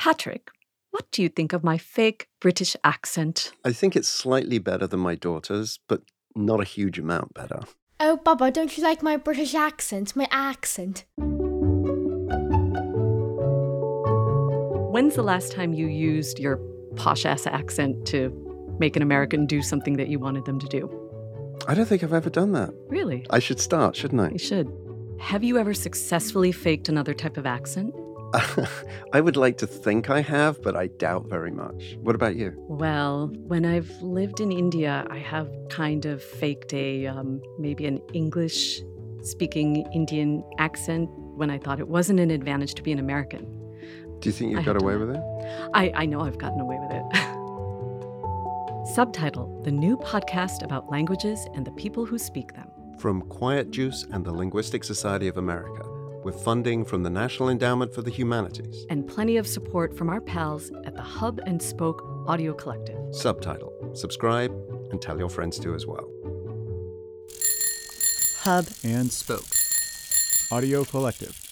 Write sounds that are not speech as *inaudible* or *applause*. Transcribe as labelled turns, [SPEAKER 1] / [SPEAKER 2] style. [SPEAKER 1] Patrick, what do you think of my fake British accent?
[SPEAKER 2] I think it's slightly better than my daughter's, but not a huge amount better.
[SPEAKER 3] Oh, Baba, don't you like my British accent? My accent.
[SPEAKER 1] When's the last time you used your posh ass accent to make an American do something that you wanted them to do?
[SPEAKER 2] I don't think I've ever done that.
[SPEAKER 1] Really?
[SPEAKER 2] I should start, shouldn't I? *laughs*
[SPEAKER 1] You should. Have you ever successfully faked another type of accent?
[SPEAKER 2] I would like to think I have, but I doubt very much. What about you?
[SPEAKER 1] Well, when I've lived in India, I have kind of faked a um, maybe an English speaking Indian accent when I thought it wasn't an advantage to be an American.
[SPEAKER 2] Do you think you
[SPEAKER 1] I
[SPEAKER 2] got
[SPEAKER 1] have
[SPEAKER 2] away
[SPEAKER 1] done
[SPEAKER 2] with it?
[SPEAKER 1] I, I know I've gotten away with it. *laughs* Subtitle The New Podcast About Languages and the People Who Speak Them.
[SPEAKER 2] From Quiet Juice and the Linguistic Society of America, with funding from the National Endowment for the Humanities.
[SPEAKER 1] And plenty of support from our pals at the Hub and Spoke Audio Collective.
[SPEAKER 2] Subtitle Subscribe and tell your friends to as well.
[SPEAKER 1] Hub
[SPEAKER 4] and Spoke. Audio Collective.